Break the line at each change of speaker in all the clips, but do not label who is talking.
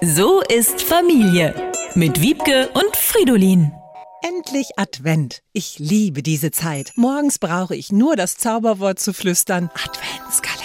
So ist Familie mit Wiebke und Fridolin.
Endlich Advent. Ich liebe diese Zeit. Morgens brauche ich nur das Zauberwort zu flüstern. Adventskalender.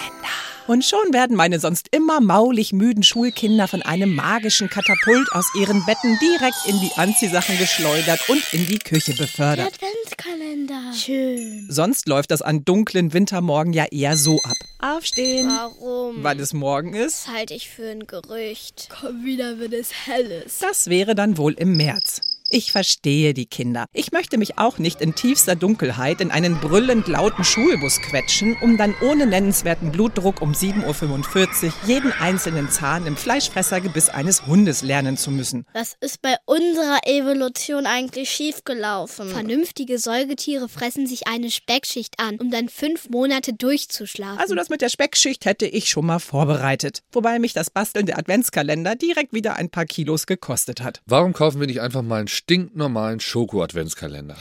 Und schon werden meine sonst immer maulig müden Schulkinder von einem magischen Katapult aus ihren Betten direkt in die Anziehsachen geschleudert und in die Küche
Der
befördert.
Adventskalender. Schön.
Sonst läuft das an dunklen Wintermorgen ja eher so ab. Aufstehen.
Warum?
Weil es morgen ist.
das halte ich für ein Gerücht. Komm wieder, wenn es hell ist.
Das wäre dann wohl im März. Ich verstehe die Kinder. Ich möchte mich auch nicht in tiefster Dunkelheit in einen brüllend lauten Schulbus quetschen, um dann ohne nennenswerten Blutdruck um 7.45 Uhr jeden einzelnen Zahn im Fleischfressergebiss eines Hundes lernen zu müssen.
Was ist bei unserer Evolution eigentlich schiefgelaufen?
Vernünftige Säugetiere fressen sich eine Speckschicht an, um dann fünf Monate durchzuschlafen.
Also das mit der Speckschicht hätte ich schon mal vorbereitet. Wobei mich das Basteln der Adventskalender direkt wieder ein paar Kilos gekostet hat.
Warum kaufen wir nicht einfach mal einen stinknormalen Schoko-Adventskalender?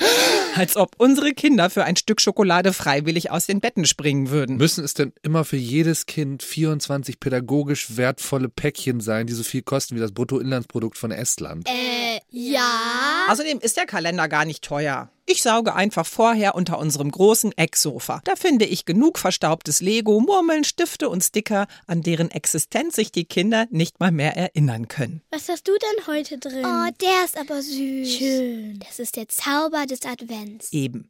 Als ob unsere Kinder für ein Stück Schokolade freiwillig aus den Betten springen würden.
Müssen es denn immer für jedes Kind 24 pädagogisch wertvolle Päckchen sein, die so viel kosten wie das Bruttoinlandsprodukt von Estland?
äh, ja.
Außerdem ist der Kalender gar nicht teuer. Ich sauge einfach vorher unter unserem großen Ecksofa. Da finde ich genug verstaubtes Lego, Murmeln, Stifte und Sticker, an deren Existenz sich die Kinder nicht mal mehr erinnern können.
Was hast du denn heute drin?
Oh, der ist aber süß.
Schön.
Das ist der Zauber des Advents.
Eben.